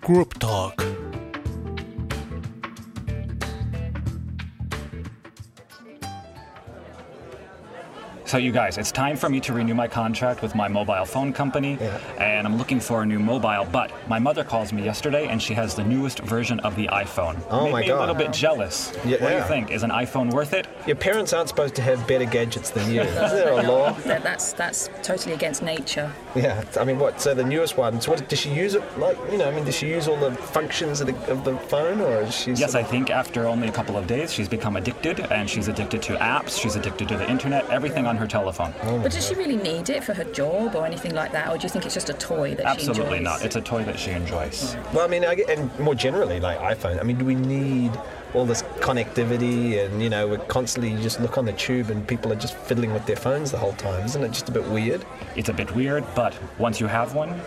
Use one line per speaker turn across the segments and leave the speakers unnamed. Group Talk.
So, you guys, it's time for me to renew my contract with my mobile phone company, and I'm looking for a new mobile. But my mother calls me yesterday, and she has the newest version of the iPhone.
Oh,
Made
my
me
God.
A little bit jealous.
Yeah.
What do you think? Is an iPhone worth it?
Your parents aren't supposed to have better gadgets than you. Is there a law?
That, that's that's totally against nature.
Yeah, I mean, what? So the newest one. So what, does she use it? Like, you know, I mean, does she use all the functions of the, of the phone, or is she?
Yes,
sort
I
of-
think after only a couple of days, she's become addicted, and she's addicted to apps, she's addicted to the internet, everything on her telephone.
Oh
But does she really need it for her job or anything like that? Or do you think it's just a toy that she
Absolutely
enjoys?
not. It's a toy that she enjoys.
Well, I mean, I get, and more generally, like iPhone. I mean, do we need all this connectivity? And you know, we're constantly you just look on the tube, and people are just fiddling with their phones the whole time. Isn't it just a bit weird?
It's a bit weird, but once you have one,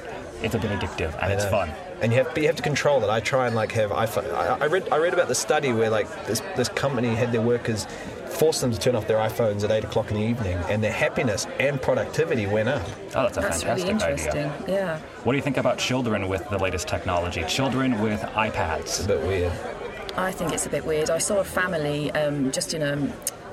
it's a bit addictive and it's
Yeah.
fun.
And you have, but you have to control it. I try and like have iPhone. I, I read, I read about the study where like this, this company had their workers force them to turn off their iPhones at eight o'clock in the evening, and their happiness and productivity went up.
Oh, that's a
That's really
fantastic
interesting.
idea.
Yeah.
What do you think about children with the latest technology? Children with iPads.
It's a bit weird.
I think it's a bit weird. I saw a family um, just in a.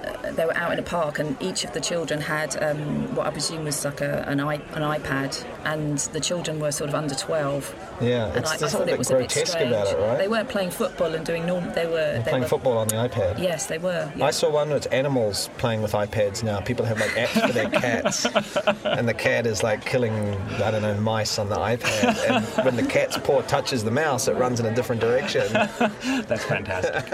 uh, They were out in a park, and each of the children had um, what I presume was like a, an, I, an iPad, and the children were sort of under twelve.
Yeah,
And
it's
I, I
there's
thought
something
it was a bit
grotesque
strange.
about it, right?
They weren't playing football and doing normal. They were they
playing
were,
football on the iPad.
Yes, they were.
I saw one that's animals playing with iPads now. People have like apps for their cats, and the cat is like killing I don't know mice on the iPad. And when the cat's paw touches the mouse, it runs in a different direction.
That's fantastic.